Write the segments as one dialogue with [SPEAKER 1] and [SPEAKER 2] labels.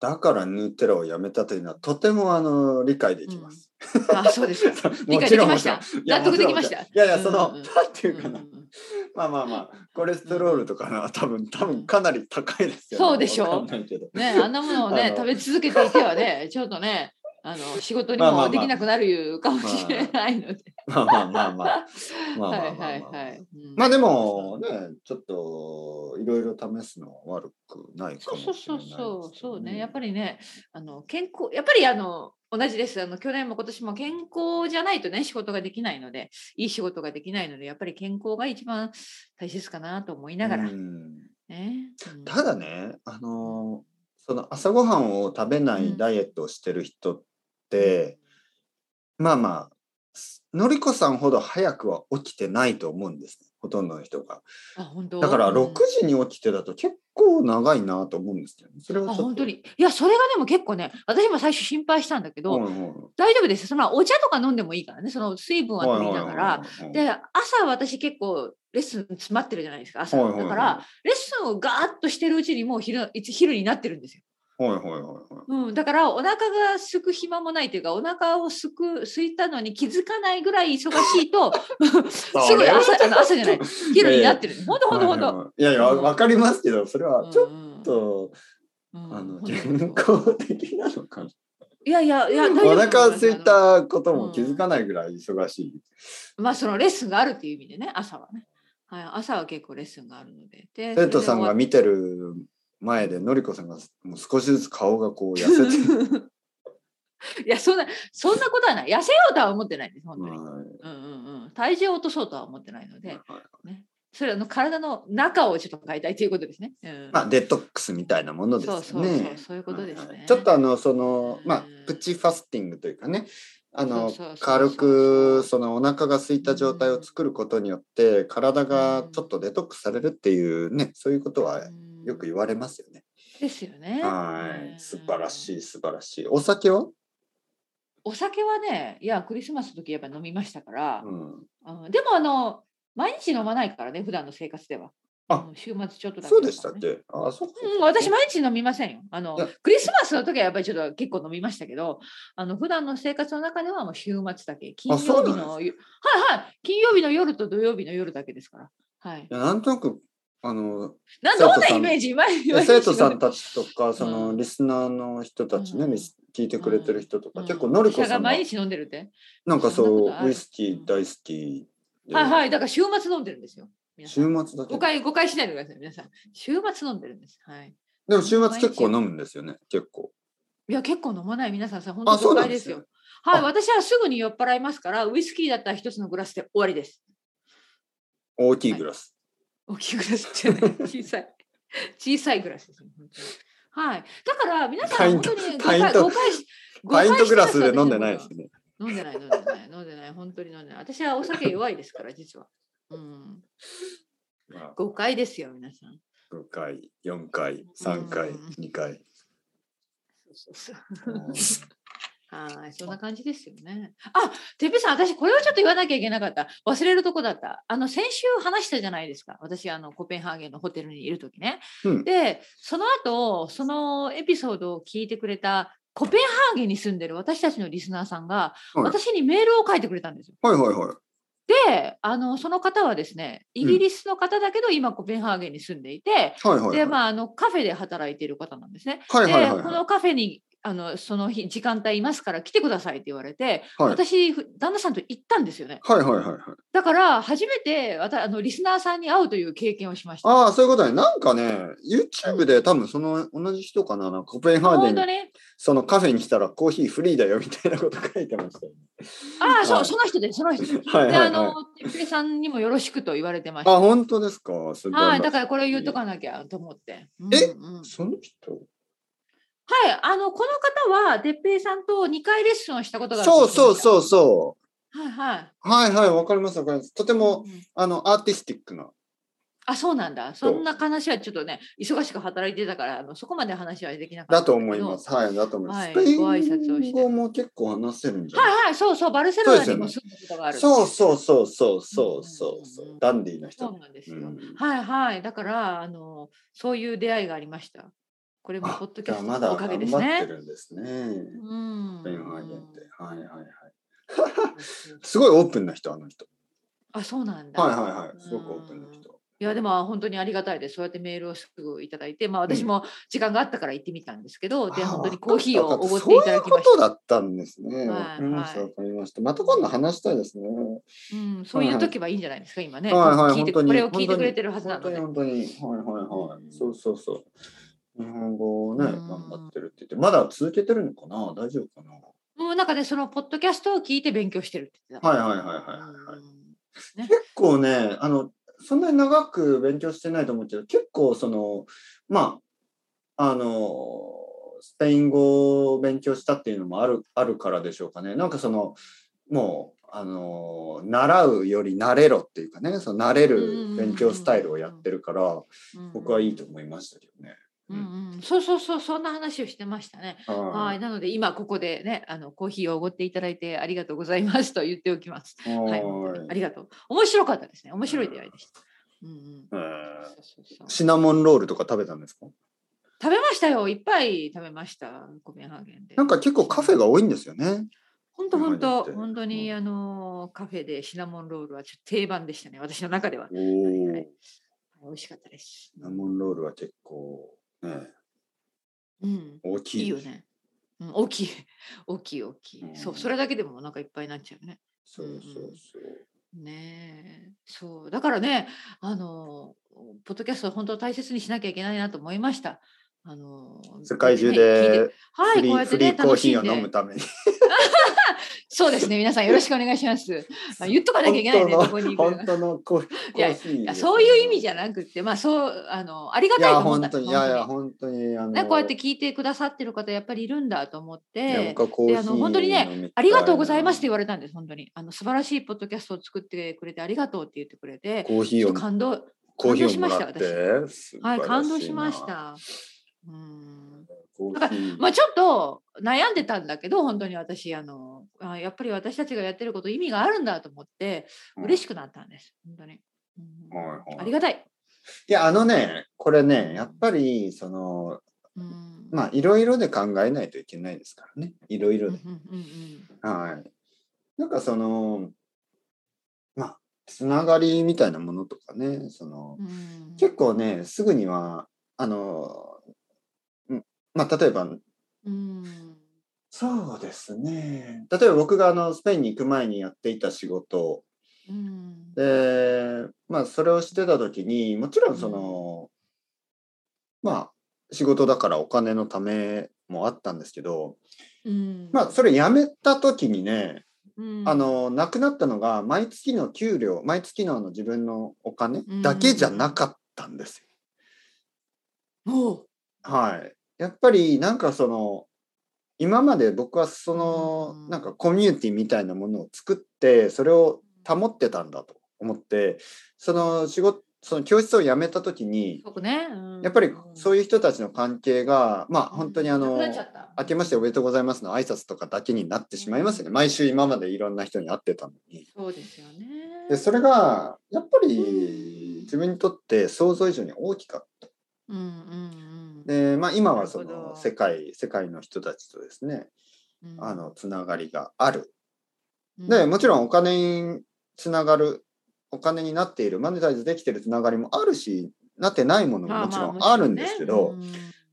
[SPEAKER 1] だからヌーテラをやめたというのはとてもあの理解できます。
[SPEAKER 2] あ、そうですか。 理解できました。納得できました
[SPEAKER 1] いやいや、その、
[SPEAKER 2] うんうんうん
[SPEAKER 1] なんて
[SPEAKER 2] う
[SPEAKER 1] い
[SPEAKER 2] ん
[SPEAKER 1] うかな、
[SPEAKER 2] うん
[SPEAKER 1] まあまあまあ、コレステロールとかな、多分、多分かなり高いですよね。
[SPEAKER 2] そうでしょう
[SPEAKER 1] わかんないけど。
[SPEAKER 2] ね、あんなものを
[SPEAKER 1] あ
[SPEAKER 2] ね
[SPEAKER 1] の
[SPEAKER 2] 食べ続けていてはねちょっとねあの仕事に
[SPEAKER 1] まあまあま
[SPEAKER 2] も
[SPEAKER 1] あ
[SPEAKER 2] できなくなるかもしれないので。
[SPEAKER 1] まあまあまあまあ。 まあ
[SPEAKER 2] は
[SPEAKER 1] まあ
[SPEAKER 2] い
[SPEAKER 1] ま
[SPEAKER 2] は
[SPEAKER 1] あ
[SPEAKER 2] い
[SPEAKER 1] まあ
[SPEAKER 2] はい。うん
[SPEAKER 1] まあでもね、ちょっといろいろ試すのは悪くないか
[SPEAKER 2] そ
[SPEAKER 1] も
[SPEAKER 2] う
[SPEAKER 1] しれな
[SPEAKER 2] そう
[SPEAKER 1] いですけ
[SPEAKER 2] そ
[SPEAKER 1] どね、
[SPEAKER 2] うそうそうねやっぱりねあの健康やっぱりあの同じですあの去年も今年も健康じゃないとね仕事ができないのでいい仕事ができないのでやっぱり健康が一番大切かなと思いながら、
[SPEAKER 1] うん
[SPEAKER 2] ね。うん
[SPEAKER 1] ただね、あのーその朝ごはんを食べな
[SPEAKER 2] う
[SPEAKER 1] い
[SPEAKER 2] ん
[SPEAKER 1] ダイエットをしてる人って、まあまあ、すのりこさんほど早くは起きてないと思うんですね、ほとんどの人が。
[SPEAKER 2] あ本当
[SPEAKER 1] だから
[SPEAKER 2] うん
[SPEAKER 1] 6時に起きてだと結構長いなと思うんですけど、ね、それはちょ
[SPEAKER 2] あ
[SPEAKER 1] っと。
[SPEAKER 2] 本当にいやそれがでも結構ね私も最初心配したんだけど、
[SPEAKER 1] はいはいはい。
[SPEAKER 2] 大丈夫です。そのお茶とか飲んでもいいからね、その水分は
[SPEAKER 1] はい
[SPEAKER 2] 取り
[SPEAKER 1] はいは
[SPEAKER 2] なが
[SPEAKER 1] い
[SPEAKER 2] ら。
[SPEAKER 1] はい
[SPEAKER 2] で、朝私結構レッスン詰まってるじゃないですか、朝。
[SPEAKER 1] はいはいはい
[SPEAKER 2] だから、レッスンをガーッとしてるうちにもう昼いつ昼になってるんですよ。
[SPEAKER 1] はいはいはいはい。
[SPEAKER 2] うん、だからお腹がすく暇もないというか、お腹をすく、すいたのに気づかないぐらい忙しい と、す
[SPEAKER 1] そ
[SPEAKER 2] ぐ
[SPEAKER 1] れはちょっ
[SPEAKER 2] 朝、
[SPEAKER 1] と
[SPEAKER 2] あの 朝じゃない、昼になってる。ほんとほんと
[SPEAKER 1] は
[SPEAKER 2] ほん
[SPEAKER 1] い
[SPEAKER 2] と。
[SPEAKER 1] はいはいいやいや、
[SPEAKER 2] うん
[SPEAKER 1] わかりますけど、それはちょっ
[SPEAKER 2] っ、
[SPEAKER 1] と、
[SPEAKER 2] うん
[SPEAKER 1] あの
[SPEAKER 2] ほんとほんと
[SPEAKER 1] 健康的なのかな。
[SPEAKER 2] いやいやいや、大丈夫
[SPEAKER 1] お
[SPEAKER 2] だと思
[SPEAKER 1] 腹
[SPEAKER 2] ます
[SPEAKER 1] 空い
[SPEAKER 2] あ
[SPEAKER 1] たことも気づかないぐらい忙しい。
[SPEAKER 2] のまあ、そのレッスンがあるっていう意味でね、朝はね。はい、朝は結構レッスンがあるので。で
[SPEAKER 1] 生徒さん
[SPEAKER 2] それで終わっ
[SPEAKER 1] が見てる前で、のりこさんがもう少しずつ顔がこう痩せて
[SPEAKER 2] いやそんなそんなことはない痩せようとは思ってないです本当に、うん
[SPEAKER 1] は
[SPEAKER 2] うんうん、体重を落とそうとは思ってないの
[SPEAKER 1] い
[SPEAKER 2] でそれはあの体の中をちょっと変えたいということですね、うん
[SPEAKER 1] まあ、デトックスみたいなものです
[SPEAKER 2] そう
[SPEAKER 1] よ
[SPEAKER 2] そうそう
[SPEAKER 1] ね。
[SPEAKER 2] そういうことですね、
[SPEAKER 1] はいちょっとあのそのまあ
[SPEAKER 2] うん
[SPEAKER 1] プチファスティングというかねあの
[SPEAKER 2] そうそうそうそう
[SPEAKER 1] 軽くそのお腹が空いた状態を作ることによって体がちょっとデトックスされるっていうねそういうことは
[SPEAKER 2] うん
[SPEAKER 1] よく言われますよね。
[SPEAKER 2] ですよね
[SPEAKER 1] はい素晴ら
[SPEAKER 2] い
[SPEAKER 1] しい素晴らしい。お酒は、
[SPEAKER 2] お酒はねいやクリスマスの時やっぱ飲みましたから、
[SPEAKER 1] うん、
[SPEAKER 2] うんでもあの毎日飲まないからね普段の生活では
[SPEAKER 1] あ
[SPEAKER 2] うん週末ちょっとだけ、
[SPEAKER 1] そうでしたっけあそう
[SPEAKER 2] うん、私毎日飲みませんよ。あの
[SPEAKER 1] いや
[SPEAKER 2] クリスマスの時はやっぱりちょっと結構飲みましたけど、あの普段の生活の中ではもう週末だけ、金曜
[SPEAKER 1] そう
[SPEAKER 2] 日
[SPEAKER 1] なん
[SPEAKER 2] のよはいはい、金曜日の夜と土曜日の夜だけですから。は
[SPEAKER 1] い。
[SPEAKER 2] い
[SPEAKER 1] やなんとなくあの
[SPEAKER 2] なん
[SPEAKER 1] 生徒
[SPEAKER 2] ど
[SPEAKER 1] さん
[SPEAKER 2] んなイメージ今今
[SPEAKER 1] 生徒さんたちとかそ
[SPEAKER 2] うん
[SPEAKER 1] のリスナーの人たちね、
[SPEAKER 2] うん
[SPEAKER 1] リス聞いてくれてる人とか、
[SPEAKER 2] うん
[SPEAKER 1] 結構のりこ
[SPEAKER 2] 医者
[SPEAKER 1] さ
[SPEAKER 2] が
[SPEAKER 1] んが
[SPEAKER 2] 毎日飲んでるって。
[SPEAKER 1] なんか
[SPEAKER 2] そんな
[SPEAKER 1] そ
[SPEAKER 2] ことあ
[SPEAKER 1] う
[SPEAKER 2] る
[SPEAKER 1] ウイスキー大好きで
[SPEAKER 2] はいはい、だから週末飲んでるんですよ。皆
[SPEAKER 1] 週
[SPEAKER 2] さん
[SPEAKER 1] 末だけ
[SPEAKER 2] 誤解誤解しないでください皆さん。週末飲んでるんです。はい。
[SPEAKER 1] でも週末結構飲むんですよね結構
[SPEAKER 2] いや結構飲まない皆さんさ本
[SPEAKER 1] あ
[SPEAKER 2] 当
[SPEAKER 1] そう
[SPEAKER 2] 誤
[SPEAKER 1] なん
[SPEAKER 2] 解
[SPEAKER 1] で
[SPEAKER 2] ですす
[SPEAKER 1] よ
[SPEAKER 2] よ。はい、
[SPEAKER 1] あ
[SPEAKER 2] 私はすぐに酔っ払いますから、ウイスキーだったら一つのグラスで終わりです。
[SPEAKER 1] 大きいグラス、
[SPEAKER 2] 大きいグラスじゃ ない小さい小さいグラスですね本当にはいだから皆さん本当にね誤
[SPEAKER 1] パイン
[SPEAKER 2] 解
[SPEAKER 1] ト
[SPEAKER 2] 誤解し誤
[SPEAKER 1] パ
[SPEAKER 2] 解
[SPEAKER 1] イントグラス
[SPEAKER 2] し
[SPEAKER 1] で
[SPEAKER 2] てます
[SPEAKER 1] 飲んでないですよね
[SPEAKER 2] 飲んでない飲んでない飲んでない本当に飲んでない私はお酒弱いですから実はうん
[SPEAKER 1] まあ
[SPEAKER 2] 誤解ですよ皆さん
[SPEAKER 1] 5回4回3回
[SPEAKER 2] うん
[SPEAKER 1] 2回うん
[SPEAKER 2] はいそんな感じですよねあてっぺいさん私これはちょっと言わなきゃいけなかった忘れるとこだったあの先週話したじゃないですか私あのコペンハーゲンのホテルにいる時ね
[SPEAKER 1] うん
[SPEAKER 2] で、その後、そのエピソードを聞いてくれたコペンハーゲンに住んでる私たちのリスナーさんが、
[SPEAKER 1] はい
[SPEAKER 2] 私にメールを書いてくれたんですよ。
[SPEAKER 1] はいはいはい
[SPEAKER 2] で、あのその方はですね、イギリスの方だけど、今コペンハーゲンに住んでいて、
[SPEAKER 1] はいはいはい
[SPEAKER 2] で、まあ、あのカフェで働いている方なんですね。
[SPEAKER 1] はいはいはい
[SPEAKER 2] で、こ
[SPEAKER 1] は
[SPEAKER 2] のカフェにあのその日時間帯いますから来てくださいって言われて、
[SPEAKER 1] はい
[SPEAKER 2] 私ふ旦那さんと行ったんですよね。
[SPEAKER 1] いはいはいはい
[SPEAKER 2] だから初めてわたあのリスナーさんに会うという経験をしました。
[SPEAKER 1] ああそういうことねなんかね YouTube で多分その同じ人かななんかコペンハーゲ
[SPEAKER 2] 本
[SPEAKER 1] ン
[SPEAKER 2] 当
[SPEAKER 1] に
[SPEAKER 2] ね。
[SPEAKER 1] そのカフェに来たらコーヒーフリーだよみたいなこと書いてましたよね
[SPEAKER 2] ああ、そ、
[SPEAKER 1] はいう
[SPEAKER 2] その人です、その人です。
[SPEAKER 1] はい
[SPEAKER 2] で、
[SPEAKER 1] は
[SPEAKER 2] あ
[SPEAKER 1] いはい
[SPEAKER 2] の、てっぺいさんにもよろしくと言われてまし
[SPEAKER 1] あ
[SPEAKER 2] た。
[SPEAKER 1] 本当ですかすごい
[SPEAKER 2] はい、だからこれを言っとかなきゃと思って。うん
[SPEAKER 1] え
[SPEAKER 2] うんはい、
[SPEAKER 1] その人
[SPEAKER 2] あの、この方は、てっぺいさんと2回レッスンをしたことがある
[SPEAKER 1] そうそう
[SPEAKER 2] う。
[SPEAKER 1] そうそう
[SPEAKER 2] はいはい。
[SPEAKER 1] はいはい、わかりますわかります。とても、
[SPEAKER 2] うん
[SPEAKER 1] あの、アーティスティックな。
[SPEAKER 2] あ、そうなんだ。
[SPEAKER 1] そう
[SPEAKER 2] そんな話はちょっとね、忙しく働いてたから、あのそこまで話はできなかった。
[SPEAKER 1] だと思いま。す。はい、だと思います。
[SPEAKER 2] はい
[SPEAKER 1] スペイ
[SPEAKER 2] ご挨拶を
[SPEAKER 1] ン
[SPEAKER 2] して
[SPEAKER 1] 語も結構話せるんじゃ
[SPEAKER 2] はい
[SPEAKER 1] な
[SPEAKER 2] はい、そうそう、バルセロナに
[SPEAKER 1] そう
[SPEAKER 2] も
[SPEAKER 1] です
[SPEAKER 2] 住んだことがあ
[SPEAKER 1] い
[SPEAKER 2] る。
[SPEAKER 1] そうそうそうそうそうそうそう
[SPEAKER 2] うんうんうんうん
[SPEAKER 1] ダンディーな
[SPEAKER 2] そ
[SPEAKER 1] 人
[SPEAKER 2] う。なんですよ。
[SPEAKER 1] うん
[SPEAKER 2] はいはい。だから、あの、そういう出会いがありました。これも
[SPEAKER 1] あ
[SPEAKER 2] ポッドキ
[SPEAKER 1] じ
[SPEAKER 2] ャ
[SPEAKER 1] ゃあ
[SPEAKER 2] ス
[SPEAKER 1] ま
[SPEAKER 2] ト
[SPEAKER 1] だ
[SPEAKER 2] のお
[SPEAKER 1] 頑
[SPEAKER 2] かげで
[SPEAKER 1] 張
[SPEAKER 2] す
[SPEAKER 1] って
[SPEAKER 2] ね。
[SPEAKER 1] るんですね。
[SPEAKER 2] うん
[SPEAKER 1] スペインを挙げて。はいはいはい。
[SPEAKER 2] そう
[SPEAKER 1] すごいオープンな人、あの人。
[SPEAKER 2] あ、そうなんだ。
[SPEAKER 1] はいはいはい。すごくオープンな人。
[SPEAKER 2] いやでも本当にありがたいです。そうやってメールをすぐいただいて、まあ、私も時間があったから行ってみたんですけど、で
[SPEAKER 1] あ
[SPEAKER 2] 本当にコーヒーを
[SPEAKER 1] わか
[SPEAKER 2] お
[SPEAKER 1] った
[SPEAKER 2] ご
[SPEAKER 1] わ
[SPEAKER 2] っ
[SPEAKER 1] か
[SPEAKER 2] ていただきま
[SPEAKER 1] ったそういうこと
[SPEAKER 2] し
[SPEAKER 1] だ
[SPEAKER 2] た。
[SPEAKER 1] ったんですね。
[SPEAKER 2] はい
[SPEAKER 1] わかりました、
[SPEAKER 2] は
[SPEAKER 1] わ
[SPEAKER 2] い
[SPEAKER 1] かりました。また今度話したいですね。
[SPEAKER 2] うん、そういう時はいいんじゃないですか、今ね。
[SPEAKER 1] はいはい
[SPEAKER 2] 聞い
[SPEAKER 1] 本
[SPEAKER 2] て
[SPEAKER 1] 当に
[SPEAKER 2] これを聞いてくれてるはずな
[SPEAKER 1] 本
[SPEAKER 2] の
[SPEAKER 1] 当に
[SPEAKER 2] で。
[SPEAKER 1] 本当に。はいはいは
[SPEAKER 2] うん
[SPEAKER 1] い。そうそうそう。日本語をね、
[SPEAKER 2] うん
[SPEAKER 1] 頑張ってるって言って、まだ続けてるのかな大丈夫かな
[SPEAKER 2] もうなんかね、そのポッドキャストを聞いて勉強してるって言ってた。
[SPEAKER 1] はいはいはいはいはい。
[SPEAKER 2] うん
[SPEAKER 1] 結構ね、あの、そんなに長く勉強してないと思うけど、結構その、まあ、あの、スペイン語を勉強したっていうのもある、あるからでしょうかね。なんかその、もう、あの、習うより慣れろっていうかね、その慣れる勉強スタイルをやってるから、僕はいいと思いましたけどね。
[SPEAKER 2] うんうん、そうそうそう、そんな話をしてましたね。は、
[SPEAKER 1] はい
[SPEAKER 2] なので今ここでね、あのコーヒーをおごっていただいてありがとうございますと言っておきます。
[SPEAKER 1] い。
[SPEAKER 2] はい、
[SPEAKER 1] は
[SPEAKER 2] あ
[SPEAKER 1] い
[SPEAKER 2] りがとう。面白かったですね。面白い出会いでした。うんうん。
[SPEAKER 1] うん
[SPEAKER 2] そうそうそう
[SPEAKER 1] シナモンロールとか食べたんですか
[SPEAKER 2] 食べましたよ。いっぱい食べました。コペンハーゲンで。
[SPEAKER 1] なんか結構カフェが多いんですよね。
[SPEAKER 2] 本当本
[SPEAKER 1] 今
[SPEAKER 2] 当
[SPEAKER 1] になって
[SPEAKER 2] 本当にあのカフェでシナモンロールはちょっと定番でしたね。私の中では。
[SPEAKER 1] お
[SPEAKER 2] はい美味しかったです。
[SPEAKER 1] シナモンロールは結構、ね、
[SPEAKER 2] うん。
[SPEAKER 1] 大きい
[SPEAKER 2] いいよね。うん、大きい。 大きい大きい。そうう、
[SPEAKER 1] ん
[SPEAKER 2] それだけでもお腹いっぱいになっちゃうね。
[SPEAKER 1] そうそうそう。
[SPEAKER 2] ねえそうだからねあのポッドキャストを本当大切にしなきゃいけないなと思いました。あの
[SPEAKER 1] 世界中
[SPEAKER 2] ね聞い
[SPEAKER 1] で
[SPEAKER 2] ては
[SPEAKER 1] フ
[SPEAKER 2] い
[SPEAKER 1] リ
[SPEAKER 2] こ
[SPEAKER 1] ー,、
[SPEAKER 2] うやって
[SPEAKER 1] フリ
[SPEAKER 2] ね
[SPEAKER 1] ーコー
[SPEAKER 2] 楽し
[SPEAKER 1] ヒ
[SPEAKER 2] ん
[SPEAKER 1] ーを飲
[SPEAKER 2] で
[SPEAKER 1] むために。
[SPEAKER 2] そうですね皆さんよろしくお願いします。あ言っとかなきゃいけないねどこに行く
[SPEAKER 1] 本当のコーヒー。
[SPEAKER 2] いや
[SPEAKER 1] コーヒー
[SPEAKER 2] いやそういう意味じゃ
[SPEAKER 1] い。
[SPEAKER 2] なくってまあそうあのありが
[SPEAKER 1] い
[SPEAKER 2] たい
[SPEAKER 1] や、
[SPEAKER 2] と思っ
[SPEAKER 1] 本
[SPEAKER 2] た
[SPEAKER 1] 当に、いやいや、
[SPEAKER 2] 本
[SPEAKER 1] 本当に。あの
[SPEAKER 2] 当にねこうやって聞いてくださってる方やっぱりいるんだと思っ
[SPEAKER 1] いや
[SPEAKER 2] て
[SPEAKER 1] 僕はコーヒー
[SPEAKER 2] であの本当にね
[SPEAKER 1] 飲みたい
[SPEAKER 2] ありがとうございますって言われたんです本当にあの素晴らしいポッドキャストを作ってくれてありがとうって言ってくれて
[SPEAKER 1] コーヒ
[SPEAKER 2] ち
[SPEAKER 1] ー
[SPEAKER 2] ょっ
[SPEAKER 1] を
[SPEAKER 2] と感動
[SPEAKER 1] コーヒーをもらっ
[SPEAKER 2] 感動
[SPEAKER 1] て。素晴ら
[SPEAKER 2] は、
[SPEAKER 1] ない
[SPEAKER 2] 感動しまし。た。うん。
[SPEAKER 1] コーヒー
[SPEAKER 2] まあちょっと悩んでたんだけど、本当に私、あの、あやっぱり私たちがやってること意味があるんだと思って、嬉しくなったんです。本当に。うん
[SPEAKER 1] はいはい
[SPEAKER 2] ありがたい。
[SPEAKER 1] いや、あのね、これね、やっぱり、その、
[SPEAKER 2] うん
[SPEAKER 1] まあ、いろいろで考えないといけないですからね。いろいろ
[SPEAKER 2] うん
[SPEAKER 1] で。
[SPEAKER 2] うんうん
[SPEAKER 1] はい。なんかその、まあ、つながりみたいなものとかね、その、
[SPEAKER 2] うんうん
[SPEAKER 1] 結構ね、すぐには、あの、うんまあ、例えば、
[SPEAKER 2] うん
[SPEAKER 1] そうですね。例えば僕があのスペインに行く前にやっていた仕事
[SPEAKER 2] うん
[SPEAKER 1] で、まあ、それをしてた時に、もちろんその、まあ、仕事だからお金のためもあったんですけど、
[SPEAKER 2] うん
[SPEAKER 1] まあ、それ辞めた時にね、
[SPEAKER 2] うん
[SPEAKER 1] あの亡くなったのが毎月の給料毎月のあの自分のお金
[SPEAKER 2] うん
[SPEAKER 1] だけじゃなかったんですよ。
[SPEAKER 2] おう
[SPEAKER 1] はい、やっぱりなんかその今まで僕はその
[SPEAKER 2] うん
[SPEAKER 1] なんかコミュニティみたいなものを作ってそれを保ってたんだと思ってその仕事その教室を辞めた時に
[SPEAKER 2] そうね。
[SPEAKER 1] やっぱりそう
[SPEAKER 2] い
[SPEAKER 1] いう人たちの関係がまあ本当にあの明けましてお
[SPEAKER 2] よ。
[SPEAKER 1] めでとうございますの挨拶とかだけになってしまいますよね毎週今までいろんな人に会ってたのに。
[SPEAKER 2] そうですよね。
[SPEAKER 1] でそれがやっぱり自分にとって想像以上に大きかっ
[SPEAKER 2] うんうんうん。
[SPEAKER 1] たで、まあ、今はそ
[SPEAKER 2] なるほど
[SPEAKER 1] の世界世界の人たちとですね
[SPEAKER 2] うん
[SPEAKER 1] あのつながりがある
[SPEAKER 2] うん
[SPEAKER 1] でもちろんお金につながるお金になっているマネタイズできてるつながりもあるしなってないものももちろんあるんですけど、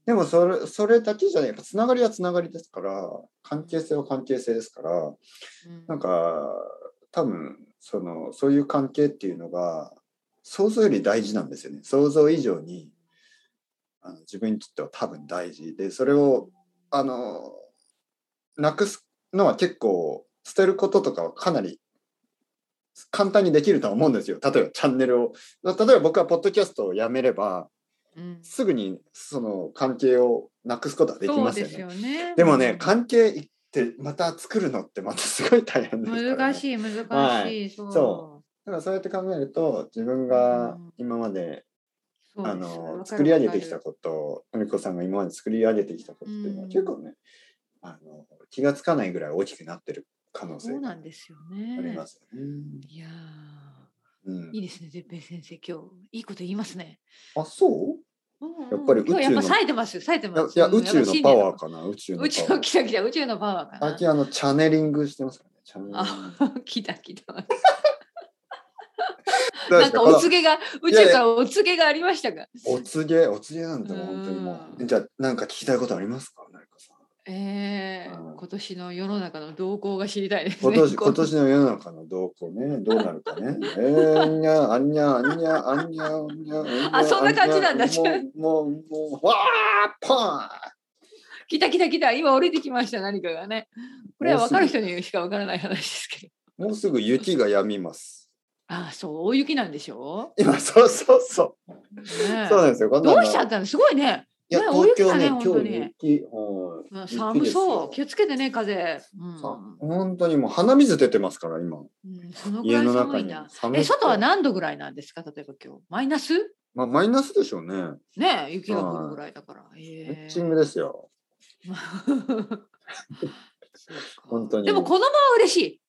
[SPEAKER 1] でもそれそれだけじゃないやっぱつながりはつながりですから関係性は関係性ですからなんか多分そのそういう関係っていうのが想像より大事なんですよね想像以上にあの自分にとっては多分大事でそれをあのなくすのは結構捨てることとかはかなり簡単にできるとは思うんですよ例えばチャンネルを例えば僕はポッドキャストをやめればすぐにその関係をなくすことはできますよね
[SPEAKER 2] でよね
[SPEAKER 1] でもね関係ってまた作るのってまたすごい大変ですからね、
[SPEAKER 2] 難しい難しい、
[SPEAKER 1] はい
[SPEAKER 2] そう
[SPEAKER 1] そだからそうやって考えると自分が今まで、
[SPEAKER 2] そう
[SPEAKER 1] あ
[SPEAKER 2] ですわか
[SPEAKER 1] の
[SPEAKER 2] る
[SPEAKER 1] 作り上げてきた
[SPEAKER 2] わか
[SPEAKER 1] ことのりこさんが今まで作り上げてきたことっていうの
[SPEAKER 2] う
[SPEAKER 1] は
[SPEAKER 2] ん
[SPEAKER 1] 結構ね、あの気がつかないぐらい大きくなってる可能
[SPEAKER 2] る
[SPEAKER 1] 性
[SPEAKER 2] そ
[SPEAKER 1] が
[SPEAKER 2] うな
[SPEAKER 1] あ
[SPEAKER 2] んですよね
[SPEAKER 1] りますよね。
[SPEAKER 2] いやー
[SPEAKER 1] うん
[SPEAKER 2] いいですね、絶平先生、今日いいこと言いますね。
[SPEAKER 1] あそうやっぱり宇宙の
[SPEAKER 2] 今日やっぱ冴えてますよ、冴えて
[SPEAKER 1] いや
[SPEAKER 2] ます
[SPEAKER 1] いや
[SPEAKER 2] よ。
[SPEAKER 1] 宇宙のパワー
[SPEAKER 2] ー。
[SPEAKER 1] かな宇宙のパ
[SPEAKER 2] 宇
[SPEAKER 1] ワ
[SPEAKER 2] 宙、
[SPEAKER 1] ー
[SPEAKER 2] 来た来た、宇宙のパワーか
[SPEAKER 1] 最
[SPEAKER 2] な。
[SPEAKER 1] 近あのチャネリングしてますからねチャネリング
[SPEAKER 2] あ、来た来た。
[SPEAKER 1] どうで
[SPEAKER 2] な
[SPEAKER 1] す
[SPEAKER 2] んか
[SPEAKER 1] この
[SPEAKER 2] お告げが、宇宙からお告げがありましたが。
[SPEAKER 1] お告げ、お告げなんてもう本当にも
[SPEAKER 2] う
[SPEAKER 1] う。じゃあ、なんか聞きたいことありますか、成田さん。
[SPEAKER 2] ええ
[SPEAKER 1] うん
[SPEAKER 2] 今年の世の中の動向が知りたいです
[SPEAKER 1] 今
[SPEAKER 2] ね。
[SPEAKER 1] 年、
[SPEAKER 2] こ
[SPEAKER 1] 今年の世の中の動向ね、どうなるか ね。えー、あんにゃ、あんにゃ、あんにゃ、あんにゃ、あんにゃ。
[SPEAKER 2] あそんな感じなんだ
[SPEAKER 1] あにゃもう、もう、もう、わー、パ
[SPEAKER 2] 来た来た来た、今降りてきました、何かがね。これは分かる人にしか分からない話ですけ
[SPEAKER 1] ー
[SPEAKER 2] ど。
[SPEAKER 1] ン。もうすぐ雪が止みます。
[SPEAKER 2] ああ、そう、大雪なんでしょ
[SPEAKER 1] 今、そうそうそう。
[SPEAKER 2] う、ね
[SPEAKER 1] そうなんですよ。こんな
[SPEAKER 2] ど
[SPEAKER 1] の
[SPEAKER 2] うしちゃったのすごいね。
[SPEAKER 1] いや、
[SPEAKER 2] ね
[SPEAKER 1] 東京ね、
[SPEAKER 2] 大
[SPEAKER 1] 今
[SPEAKER 2] 雪だね
[SPEAKER 1] 日雪。はい
[SPEAKER 2] うん
[SPEAKER 1] 雪
[SPEAKER 2] 寒
[SPEAKER 1] です
[SPEAKER 2] そう。
[SPEAKER 1] よ
[SPEAKER 2] 気をつけてね、風。うん
[SPEAKER 1] さ本当にもう鼻水出てますから、今。
[SPEAKER 2] うん、そのぐ
[SPEAKER 1] 家
[SPEAKER 2] らい
[SPEAKER 1] の
[SPEAKER 2] 寒
[SPEAKER 1] 中
[SPEAKER 2] いん
[SPEAKER 1] に
[SPEAKER 2] だ。。
[SPEAKER 1] 寒く
[SPEAKER 2] え、
[SPEAKER 1] て
[SPEAKER 2] 外は何度ぐらいなんですか例えば今日。マイナス
[SPEAKER 1] まあ、マイナスでしょうね。
[SPEAKER 2] ねえ雪が降るぐらいだから。
[SPEAKER 1] ピ
[SPEAKER 2] え
[SPEAKER 1] ッ
[SPEAKER 2] え
[SPEAKER 1] チングですよ。
[SPEAKER 2] そうか
[SPEAKER 1] 本当に
[SPEAKER 2] でも子供は嬉しい。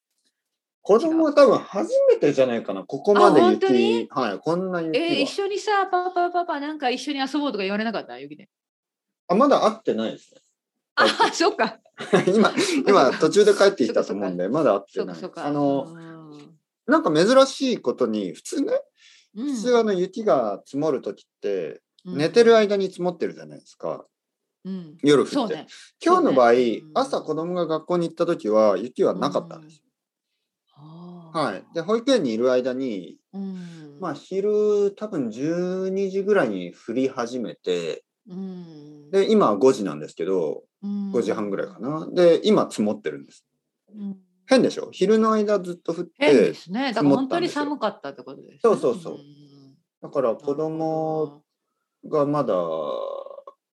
[SPEAKER 1] 子供は多分初めてじゃないかな、ここまで
[SPEAKER 2] あ本当に
[SPEAKER 1] 雪、はい、こんな雪は、
[SPEAKER 2] えー一緒にさ、パパパパパなんか一緒に遊ぼうとか言われなかった雪で。
[SPEAKER 1] あまだ会ってないですね。
[SPEAKER 2] あ
[SPEAKER 1] はい
[SPEAKER 2] あ、そっか。
[SPEAKER 1] 今、 今途中で帰ってき
[SPEAKER 2] そっか
[SPEAKER 1] たと思うんで、まだ会って
[SPEAKER 2] そっ
[SPEAKER 1] な
[SPEAKER 2] かそっ
[SPEAKER 1] い。
[SPEAKER 2] か。
[SPEAKER 1] あの、
[SPEAKER 2] うん
[SPEAKER 1] なんか珍しいことに、普通ね、
[SPEAKER 2] うん
[SPEAKER 1] 普通あの雪が積もるときって、寝てる間に積もってるじゃないですか。
[SPEAKER 2] うん。
[SPEAKER 1] 夜降
[SPEAKER 2] そ
[SPEAKER 1] っ
[SPEAKER 2] う
[SPEAKER 1] て。
[SPEAKER 2] ね。
[SPEAKER 1] 今日の場合、
[SPEAKER 2] そうねうん
[SPEAKER 1] 朝子供が学校に行ったときは雪はなかったんです。
[SPEAKER 2] あー
[SPEAKER 1] はい。で、保育園にいる間に、
[SPEAKER 2] うん。
[SPEAKER 1] まあ昼多分12時ぐらいに降り始めて、
[SPEAKER 2] うん、
[SPEAKER 1] で、今は5時なんですけど、
[SPEAKER 2] 5
[SPEAKER 1] 5時半ぐらいかな。で、今積もってるんです。
[SPEAKER 2] うん
[SPEAKER 1] 変でしょ昼の間ずっと降っ
[SPEAKER 2] 変で
[SPEAKER 1] て、
[SPEAKER 2] すね。
[SPEAKER 1] 積
[SPEAKER 2] だから
[SPEAKER 1] も
[SPEAKER 2] 本
[SPEAKER 1] った
[SPEAKER 2] 当
[SPEAKER 1] ん
[SPEAKER 2] に
[SPEAKER 1] ですよ
[SPEAKER 2] 寒かったってことです、ね。
[SPEAKER 1] そうそうそうんだから子供がまだ、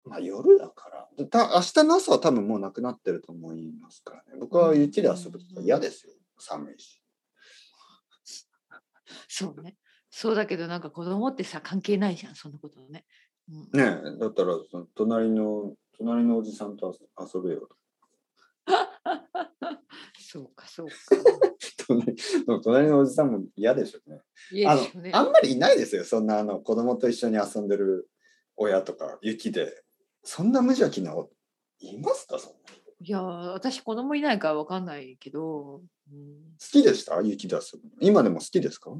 [SPEAKER 1] まあ夜だから。でた明日の朝は多分もうなくなってると思いますからね。僕は雪で遊ぶとか嫌ですよ。寒いし。
[SPEAKER 2] そうね。そうだけどなんか子供ってさ関係ないじゃんそんなことね。うん
[SPEAKER 1] ねえ、だったらその隣の、隣のおじさんと遊遊べよと。
[SPEAKER 2] そうかそうか。
[SPEAKER 1] 隣の隣のおじさんも嫌でしょうね。
[SPEAKER 2] いい
[SPEAKER 1] あ
[SPEAKER 2] ですよね
[SPEAKER 1] の、。あんまりいないですよ。そんなあの子供と一緒に遊んでる親とか、雪で。そんな無邪気な、いますかそんな。好
[SPEAKER 2] いやー私子供いないからわかんないけど。うん
[SPEAKER 1] きでした雪で遊ぶの。今でも好きですか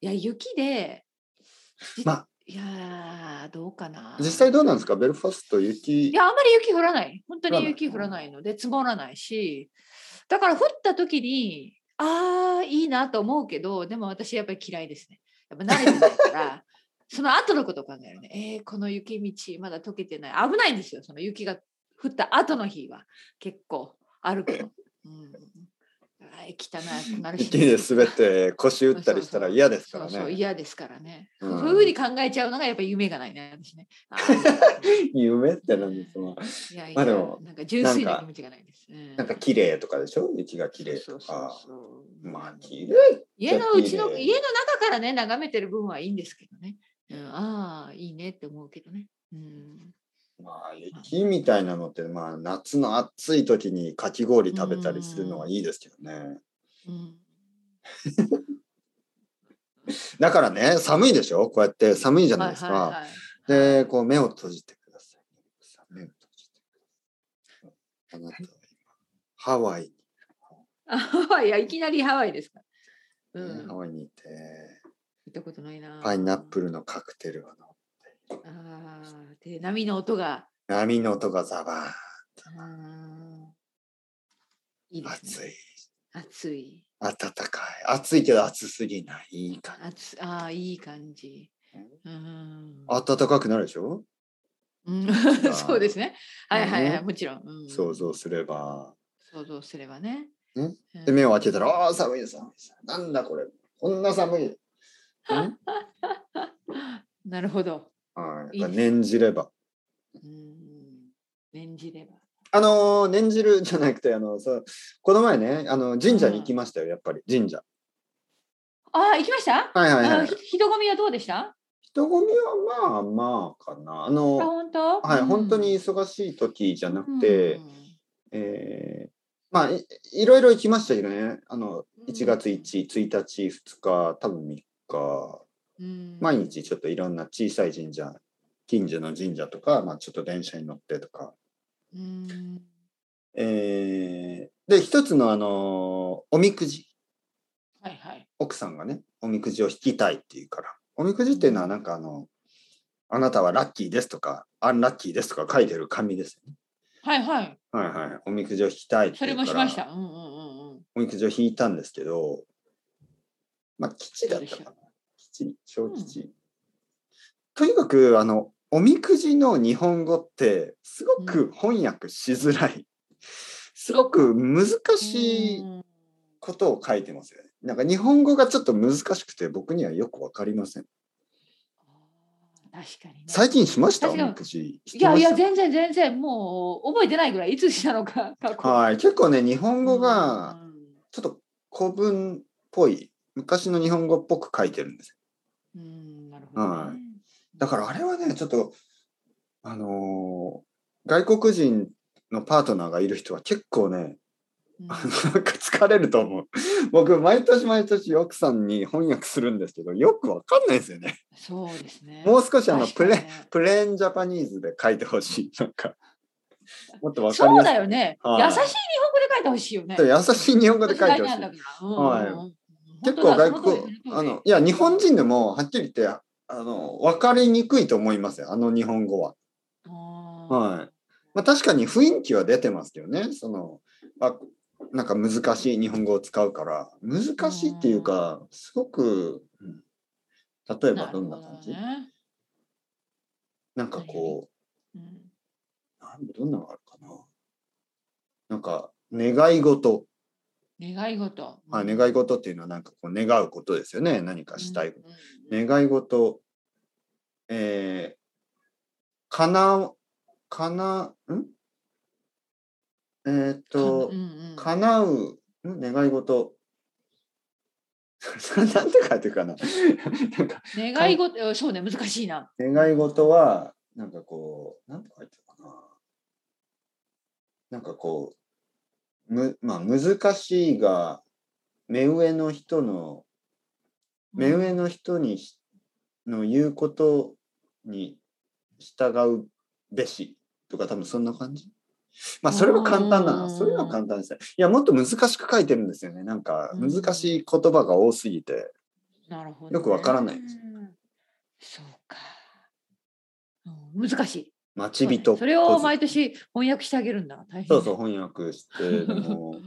[SPEAKER 2] いや雪で。じ
[SPEAKER 1] まあ、
[SPEAKER 2] いやーどうかな。
[SPEAKER 1] 実際どうなんですかベルファスト雪。
[SPEAKER 2] いやあんまり雪降らない本当
[SPEAKER 1] 降ら
[SPEAKER 2] に
[SPEAKER 1] ない
[SPEAKER 2] 雪降らないので積もらないしだから降った時にああいいなと思うけどでも私やっぱり嫌いですねやっぱ慣れてないから その後のことを考えるねえーこの雪道まだ溶けてない危ないんですよその雪が降った後の日は結構歩くの、うん、だから汚くなるし
[SPEAKER 1] 雪で滑って腰打ったりしたら嫌ですから
[SPEAKER 2] そうそう
[SPEAKER 1] ね。
[SPEAKER 2] 嫌ですからね、
[SPEAKER 1] うん
[SPEAKER 2] そういうふうに考えちゃうのがやっぱり夢がないね私ねあー
[SPEAKER 1] 夢ってなんですか
[SPEAKER 2] いやいや、
[SPEAKER 1] まあでも
[SPEAKER 2] なんか純粋な気持ちがないです。な
[SPEAKER 1] なんか綺麗とかでしょ雪が綺麗
[SPEAKER 2] そ
[SPEAKER 1] と
[SPEAKER 2] うそう
[SPEAKER 1] か。
[SPEAKER 2] そうそう
[SPEAKER 1] まあ綺麗
[SPEAKER 2] 家のうちの
[SPEAKER 1] 綺麗
[SPEAKER 2] 家の中からね眺めてる分はいいんですけどね。うん、ああいいねって思うけどね。うん、
[SPEAKER 1] まあ雪みたいなのって、まあ夏の暑い時にかき氷食べたりするのはいいですけどね。
[SPEAKER 2] うん、
[SPEAKER 1] だからね、寒いでしょこうやって寒いじゃないですか。
[SPEAKER 2] はいはいはい
[SPEAKER 1] で、こう目を閉じてください。目を閉じてください。あなたは今、ハワイに、
[SPEAKER 2] あハワイい やいきなりハワイですか。う
[SPEAKER 1] ね
[SPEAKER 2] ん、
[SPEAKER 1] ハ
[SPEAKER 2] 行っ
[SPEAKER 1] ワイにいて、
[SPEAKER 2] たことないな。
[SPEAKER 1] パイナップルのカクテルを飲んで
[SPEAKER 2] ああで波の音が。
[SPEAKER 1] 波の音がザバーン
[SPEAKER 2] あーいいです
[SPEAKER 1] 暑
[SPEAKER 2] ね。
[SPEAKER 1] い
[SPEAKER 2] 暑い。
[SPEAKER 1] 暖かい暑いけど暑すぎないいい感じ
[SPEAKER 2] 暑ああいい感じ。うん
[SPEAKER 1] 暖かくなるでしょ
[SPEAKER 2] うん、そうですね。はいはいはい、もちろん。うん
[SPEAKER 1] 想像すれば
[SPEAKER 2] 想像すればね。
[SPEAKER 1] ね
[SPEAKER 2] うん
[SPEAKER 1] で目を開けたらあー寒い寒い寒いなんだこれこんな寒 いん
[SPEAKER 2] なるほど。
[SPEAKER 1] はい
[SPEAKER 2] い
[SPEAKER 1] や
[SPEAKER 2] で
[SPEAKER 1] っぱ
[SPEAKER 2] す
[SPEAKER 1] 念じれば
[SPEAKER 2] うん。念じれば。
[SPEAKER 1] あのー念じるじゃなくてあのそうこの前ねあの神社に行きましたよやっぱり神社
[SPEAKER 2] ああ、行きました、
[SPEAKER 1] はいはいは
[SPEAKER 2] あ
[SPEAKER 1] い
[SPEAKER 2] ひ人混みはどうでした
[SPEAKER 1] 人混みはまあまあかなあ
[SPEAKER 2] あ、
[SPEAKER 1] の
[SPEAKER 2] 本当
[SPEAKER 1] はい
[SPEAKER 2] うん
[SPEAKER 1] 本当に忙しい時じゃな
[SPEAKER 2] う
[SPEAKER 1] く
[SPEAKER 2] ん
[SPEAKER 1] て、えーまあいいろいろ行きましたけどねあの
[SPEAKER 2] うん
[SPEAKER 1] 1月1 1日2日多分3日
[SPEAKER 2] うん
[SPEAKER 1] 毎日ちょっといろんな小さい神社近所の神社とか、まあ、ちょっと電車に乗ってとか。
[SPEAKER 2] うん。
[SPEAKER 1] えーで、一つの、あのおみくじ。
[SPEAKER 2] はいはい。
[SPEAKER 1] 奥さんがね、おみくじを引きたいっていうから。おみくじっていうのは、なんかあの、あなたはラッキーですとか、アンラッキーですとか書いてる紙ですよね。
[SPEAKER 2] はいはい。
[SPEAKER 1] はいはい。おみくじを引きたいって
[SPEAKER 2] そ
[SPEAKER 1] い
[SPEAKER 2] れ
[SPEAKER 1] うから。
[SPEAKER 2] もしました。うんうんうんうん。
[SPEAKER 1] おみくじを引いたんですけど、まあ、吉だったかな。吉、小吉。とにかく、あの、おみくじの日本語って、すごく翻訳しづらい。すごく難しい
[SPEAKER 2] うん
[SPEAKER 1] ことを書いてますよね。なんか日本語がちょっと難しくて、僕にはよくわかりません。
[SPEAKER 2] あー確かにね。
[SPEAKER 1] 最近しましたお
[SPEAKER 2] 確かに
[SPEAKER 1] みくじ。
[SPEAKER 2] いやい
[SPEAKER 1] 引
[SPEAKER 2] や、
[SPEAKER 1] きまし
[SPEAKER 2] 全然全然、もう覚えてないぐらい、いつしたのか、
[SPEAKER 1] た
[SPEAKER 2] 過去。
[SPEAKER 1] はい。結構ね、日本
[SPEAKER 2] 今
[SPEAKER 1] 語が、ちょっと古文っぽい、昔の日本語っぽく書いてるんですよ
[SPEAKER 2] うん、うんなるほどね、
[SPEAKER 1] はいだからあれはね、ちょっと、あのー外国人のパートナーがいる人は結構ね、
[SPEAKER 2] うん
[SPEAKER 1] あのなんか疲れると思う。僕、毎年毎年奥さんに翻訳するんですけど、よくわかんないですよね。
[SPEAKER 2] そうですね。
[SPEAKER 1] もう少しあの、プ
[SPEAKER 2] 確かに
[SPEAKER 1] レ
[SPEAKER 2] ね、
[SPEAKER 1] プレーンジャパニーズで書いてほしい。なん か、もっとわかり
[SPEAKER 2] そう
[SPEAKER 1] やす
[SPEAKER 2] だよね。
[SPEAKER 1] はい
[SPEAKER 2] 優しい日本語で書いてほしいよね。
[SPEAKER 1] い。優しい日本語で書いてほしい。はい
[SPEAKER 2] い
[SPEAKER 1] 結構外国、あの、いや、日本人でもはっきり言って、あの、わかりにくいと思いますよ。あの日本語は。はいまあ、確かに雰囲気は出てますけどね、そのあなんか難しい日本語を使うから、難しいっていうか、すごく、うん例えばどんな感じな,、
[SPEAKER 2] ね
[SPEAKER 1] んかこ
[SPEAKER 2] うん
[SPEAKER 1] う、なんどんなのがあるかな。なんか願い事、
[SPEAKER 2] 願い事。
[SPEAKER 1] まあ、
[SPEAKER 2] い
[SPEAKER 1] 願い事っていうのはなんかこう願うことですよね、何かしたい。
[SPEAKER 2] うん
[SPEAKER 1] 願い事、えー、かな、かな、んえーっと、
[SPEAKER 2] うんうん
[SPEAKER 1] 叶ううん願い事。 なんて書いてるかななんか
[SPEAKER 2] 願い事、そうね、難しいな。
[SPEAKER 1] 願い事は、なんかこう、なんて書いてるかななんかこう、むまあ、難しいが、目上の人の、目上の人にし、の言うことに従うべしとか、多分そんな感じ。まあ、それは簡単だ
[SPEAKER 2] う
[SPEAKER 1] な。
[SPEAKER 2] ん
[SPEAKER 1] それは簡単ですね。いや、もっと難しく書いてるんですよね。なんか、
[SPEAKER 2] うん
[SPEAKER 1] 難しい言葉が多すぎて。
[SPEAKER 2] なるほど、
[SPEAKER 1] よくわからないです。
[SPEAKER 2] そうか。うん難しい。
[SPEAKER 1] 待ち人。
[SPEAKER 2] それを毎年翻訳してあげるんだ。大変
[SPEAKER 1] そうそう、翻訳して、でも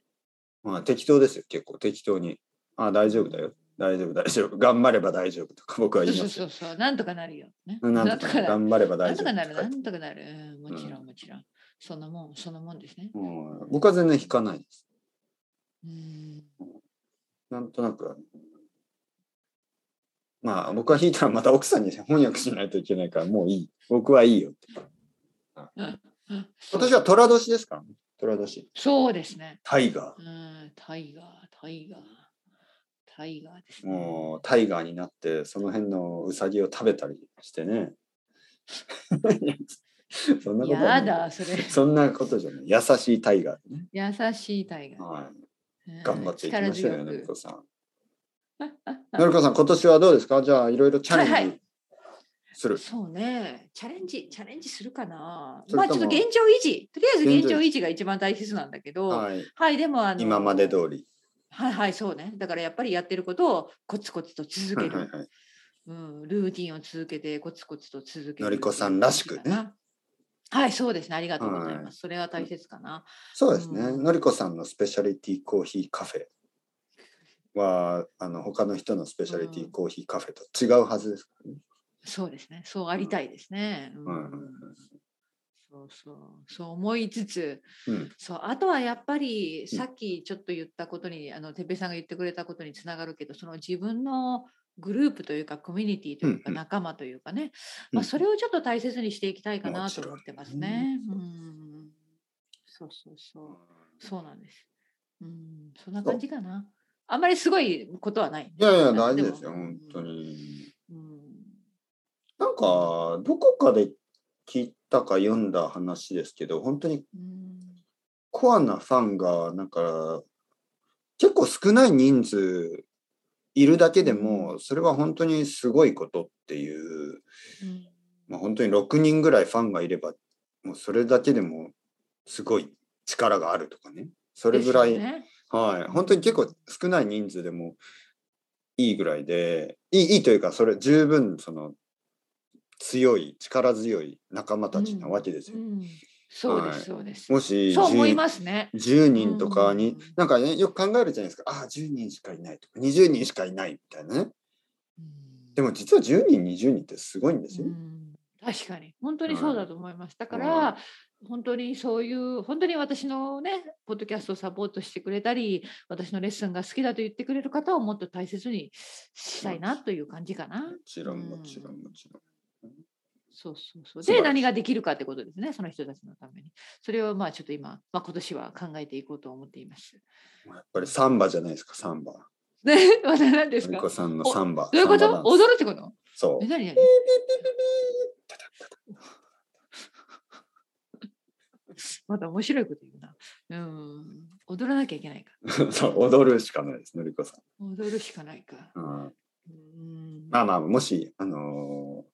[SPEAKER 1] まあ適当ですよ、結構適当に。あ大丈夫だよ、大丈夫、大丈夫、頑張れば大丈夫とか僕は
[SPEAKER 2] そう
[SPEAKER 1] 言い
[SPEAKER 2] そ
[SPEAKER 1] ま
[SPEAKER 2] う
[SPEAKER 1] す
[SPEAKER 2] そ
[SPEAKER 1] よ
[SPEAKER 2] う。そう。なんとかなるよ。ね
[SPEAKER 1] うんなんとか
[SPEAKER 2] なる。
[SPEAKER 1] 頑張れば
[SPEAKER 2] な
[SPEAKER 1] 大
[SPEAKER 2] んと
[SPEAKER 1] 丈夫
[SPEAKER 2] かなる。
[SPEAKER 1] とか言
[SPEAKER 2] な
[SPEAKER 1] って。
[SPEAKER 2] んとかなる。うんもちろん、もちろん。そんなもん、そんなもんですね。
[SPEAKER 1] うん僕は全然引かないです。
[SPEAKER 2] うん。
[SPEAKER 1] なんとなく。まあ僕は引いたらまた奥さんに翻訳しないといけないからもういい。僕はいいよって。今年は寅年ですからね。寅年。
[SPEAKER 2] そうですね。
[SPEAKER 1] タイガ
[SPEAKER 2] うん、タイガー、タイガー、タイガーです
[SPEAKER 1] ー。
[SPEAKER 2] ね。
[SPEAKER 1] もうタイガーになってその辺のウサギを食べたりしてね。 そんなことはな
[SPEAKER 2] や
[SPEAKER 1] い
[SPEAKER 2] だ、それ。
[SPEAKER 1] そんなことじゃない。優しいタイガーでね。
[SPEAKER 2] 優しいタイガー。
[SPEAKER 1] は
[SPEAKER 2] うん
[SPEAKER 1] い。頑張っていきましょうよ、
[SPEAKER 2] 力
[SPEAKER 1] のり
[SPEAKER 2] 強く
[SPEAKER 1] こさん。
[SPEAKER 2] あ
[SPEAKER 1] のりこさん、今年はどうですかじゃあ、いろいろチャレンジ
[SPEAKER 2] はいはい
[SPEAKER 1] する。
[SPEAKER 2] そうね、チャレンジ、チャレンジするかな。
[SPEAKER 1] そ
[SPEAKER 2] ま
[SPEAKER 1] れ
[SPEAKER 2] あち
[SPEAKER 1] と
[SPEAKER 2] ょっ
[SPEAKER 1] も
[SPEAKER 2] と現状維持、とりあえず現
[SPEAKER 1] 現状
[SPEAKER 2] 状
[SPEAKER 1] 維
[SPEAKER 2] 維持が一番大切なんだけど、はい、
[SPEAKER 1] はい。
[SPEAKER 2] でもあの
[SPEAKER 1] 今まで通り。
[SPEAKER 2] はいはい、そうね。だからやっぱりやってることをコツコツと続
[SPEAKER 1] は
[SPEAKER 2] け
[SPEAKER 1] い
[SPEAKER 2] る、
[SPEAKER 1] はいはい。
[SPEAKER 2] うん、ルーティンを続けてコツコツと続ける。
[SPEAKER 1] のりこさんらしくね。
[SPEAKER 2] はい、そうですね。ありがとうございます。
[SPEAKER 1] はい
[SPEAKER 2] それは大切かな。
[SPEAKER 1] そうですね。
[SPEAKER 2] うん
[SPEAKER 1] のりこさんのスペシャリティコーヒーカフェは、あの、他の人のスペシャリティコーヒーカフェと違うはずですからね。
[SPEAKER 2] そうですね。そうありたいですね。うん
[SPEAKER 1] はいはいはい
[SPEAKER 2] そうそうそう思いつつ、
[SPEAKER 1] うん
[SPEAKER 2] そうあとはやっぱりさっきちょっと言ったことに、あのてっぺいさんが言ってくれたことにつながるけどその自分のグループというかコミュニティという
[SPEAKER 1] う
[SPEAKER 2] か
[SPEAKER 1] んうん
[SPEAKER 2] 仲間というかね、
[SPEAKER 1] うん
[SPEAKER 2] まあ、それをちょっと大切にしていきたいかな
[SPEAKER 1] も
[SPEAKER 2] と
[SPEAKER 1] ちろん
[SPEAKER 2] 思ってますね。うん、そうそうそうそうなんです。うんそんな感じかな。あんまりすごいことはない。
[SPEAKER 1] いやいや、大事ですよ、
[SPEAKER 2] でも
[SPEAKER 1] 本当に。
[SPEAKER 2] うん
[SPEAKER 1] なんか、どこかで聞いたか読んだ話ですけど、本当に
[SPEAKER 2] うん
[SPEAKER 1] コアなファンが、なんか、結構少ない人数いるだけでも、それは本当にすごいことっていう、
[SPEAKER 2] うん
[SPEAKER 1] まあ、本当に6人ぐらいファンがいればもうそれだけでもすごい力があるとかねそれぐらい、
[SPEAKER 2] ですよね
[SPEAKER 1] はい本当に結構少ない人数でもいいぐらいでいいいいというかそれ十分その強い力強い仲間たちなわけですよ。
[SPEAKER 2] うんそうで
[SPEAKER 1] はい
[SPEAKER 2] す、そうです。
[SPEAKER 1] もし
[SPEAKER 2] そう思い
[SPEAKER 1] 10
[SPEAKER 2] ますね。
[SPEAKER 1] 10人とかに、
[SPEAKER 2] うん
[SPEAKER 1] なんかねよく考えるじゃないですかああ10人しかいないとか20人しかいないみたいなねで
[SPEAKER 2] も、
[SPEAKER 1] も実は10人20人ってすごいんです
[SPEAKER 2] う
[SPEAKER 1] よ。
[SPEAKER 2] ん確かに本当にそうだと思います。だから、
[SPEAKER 1] は
[SPEAKER 2] 本当にそういう本当に私のねポッドキャストをサポートしてくれたり私のレッスンが好きだと言ってくれる方をもっと大切にしたいなという感じかな
[SPEAKER 1] も。ちろんもちろんもちろん。
[SPEAKER 2] そうそうそ
[SPEAKER 1] 素晴ら
[SPEAKER 2] う。
[SPEAKER 1] し
[SPEAKER 2] で
[SPEAKER 1] い
[SPEAKER 2] 何ができるかってことですねその人たちのために。それをまあちょっと今、まあ、今年は考えていこうと思っています。
[SPEAKER 1] やっぱりサンバじゃないですかサンバ。
[SPEAKER 2] ね、 また何です
[SPEAKER 1] のり
[SPEAKER 2] か
[SPEAKER 1] こ
[SPEAKER 2] ど
[SPEAKER 1] さんのサンバ。
[SPEAKER 2] ういうこ
[SPEAKER 1] サンバダ
[SPEAKER 2] と
[SPEAKER 1] ンス
[SPEAKER 2] 踊るってこと
[SPEAKER 1] そ
[SPEAKER 2] え、
[SPEAKER 1] う。
[SPEAKER 2] 何何 まだ面白いこと言うな。うん。踊らなきゃいけないか。
[SPEAKER 1] そう 踊るしかないです、のりこさ
[SPEAKER 2] 踊るしかないか。
[SPEAKER 1] ん。うん、
[SPEAKER 2] うん。
[SPEAKER 1] まあまあ、もし、あの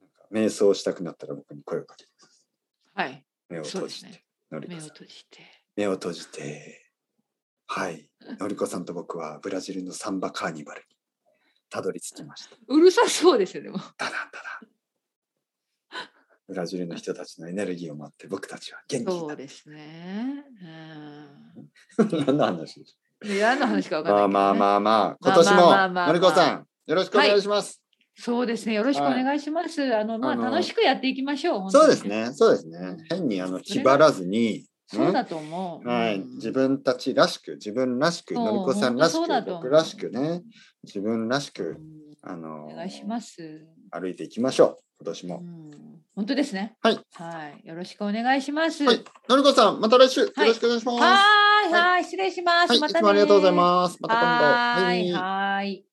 [SPEAKER 1] ーなんか瞑想したくなったら僕に声をかけてくださ
[SPEAKER 2] はい。
[SPEAKER 1] い。目を
[SPEAKER 2] そ
[SPEAKER 1] 閉
[SPEAKER 2] うで
[SPEAKER 1] じ
[SPEAKER 2] す
[SPEAKER 1] て。
[SPEAKER 2] ね。
[SPEAKER 1] のり
[SPEAKER 2] 目を
[SPEAKER 1] こさん。
[SPEAKER 2] 閉じて。
[SPEAKER 1] 目を閉じて。はい。のりこさんと僕はブラジルのサンバカーニバルにたどり着きました。
[SPEAKER 2] うるさそうですよ、でも。
[SPEAKER 1] ダダンダダン。ブラジルの人たちのエネルギーを待って僕たちは元気に
[SPEAKER 2] そ
[SPEAKER 1] なる。
[SPEAKER 2] うですね。うん。
[SPEAKER 1] 何の話でしょう
[SPEAKER 2] で何の話かわかんな
[SPEAKER 1] ま
[SPEAKER 2] い
[SPEAKER 1] あ
[SPEAKER 2] けどね、
[SPEAKER 1] まあまあまあ、今年
[SPEAKER 2] まあまあまあま
[SPEAKER 1] も
[SPEAKER 2] あ
[SPEAKER 1] のりこさん、よろしくお願いします。
[SPEAKER 2] そうですね。よろしくお願いします。あの、まあ、
[SPEAKER 1] あの
[SPEAKER 2] 楽しくやっていきましょう。
[SPEAKER 1] そうですね
[SPEAKER 2] 本、
[SPEAKER 1] そうですね。変にあの
[SPEAKER 2] それ
[SPEAKER 1] 気張らずに、
[SPEAKER 2] 当に。そうだと思う。
[SPEAKER 1] はい、
[SPEAKER 2] うん
[SPEAKER 1] 自分たちらしく、自分らしく、
[SPEAKER 2] そう
[SPEAKER 1] のりこさんらし
[SPEAKER 2] 本
[SPEAKER 1] く
[SPEAKER 2] 当そうだ、と思う
[SPEAKER 1] 僕らしくね、自分らしく、あの
[SPEAKER 2] お願いします。
[SPEAKER 1] 歩いていきましょう、今年
[SPEAKER 2] う
[SPEAKER 1] も。
[SPEAKER 2] ん、本当ですね。
[SPEAKER 1] はい。
[SPEAKER 2] はい。よろしくお願いします。
[SPEAKER 1] は
[SPEAKER 2] はい
[SPEAKER 1] のりこさん、また来週、よ
[SPEAKER 2] はい
[SPEAKER 1] ろしくお願いします。
[SPEAKER 2] ーい。
[SPEAKER 1] は
[SPEAKER 2] はい。失礼します。
[SPEAKER 1] はい、い
[SPEAKER 2] また
[SPEAKER 1] つ
[SPEAKER 2] ね。
[SPEAKER 1] もありがとうございます。また今度。
[SPEAKER 2] はーい。
[SPEAKER 1] はい
[SPEAKER 2] はーい。